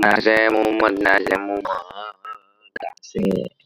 なぜもまなぜもまーだぜ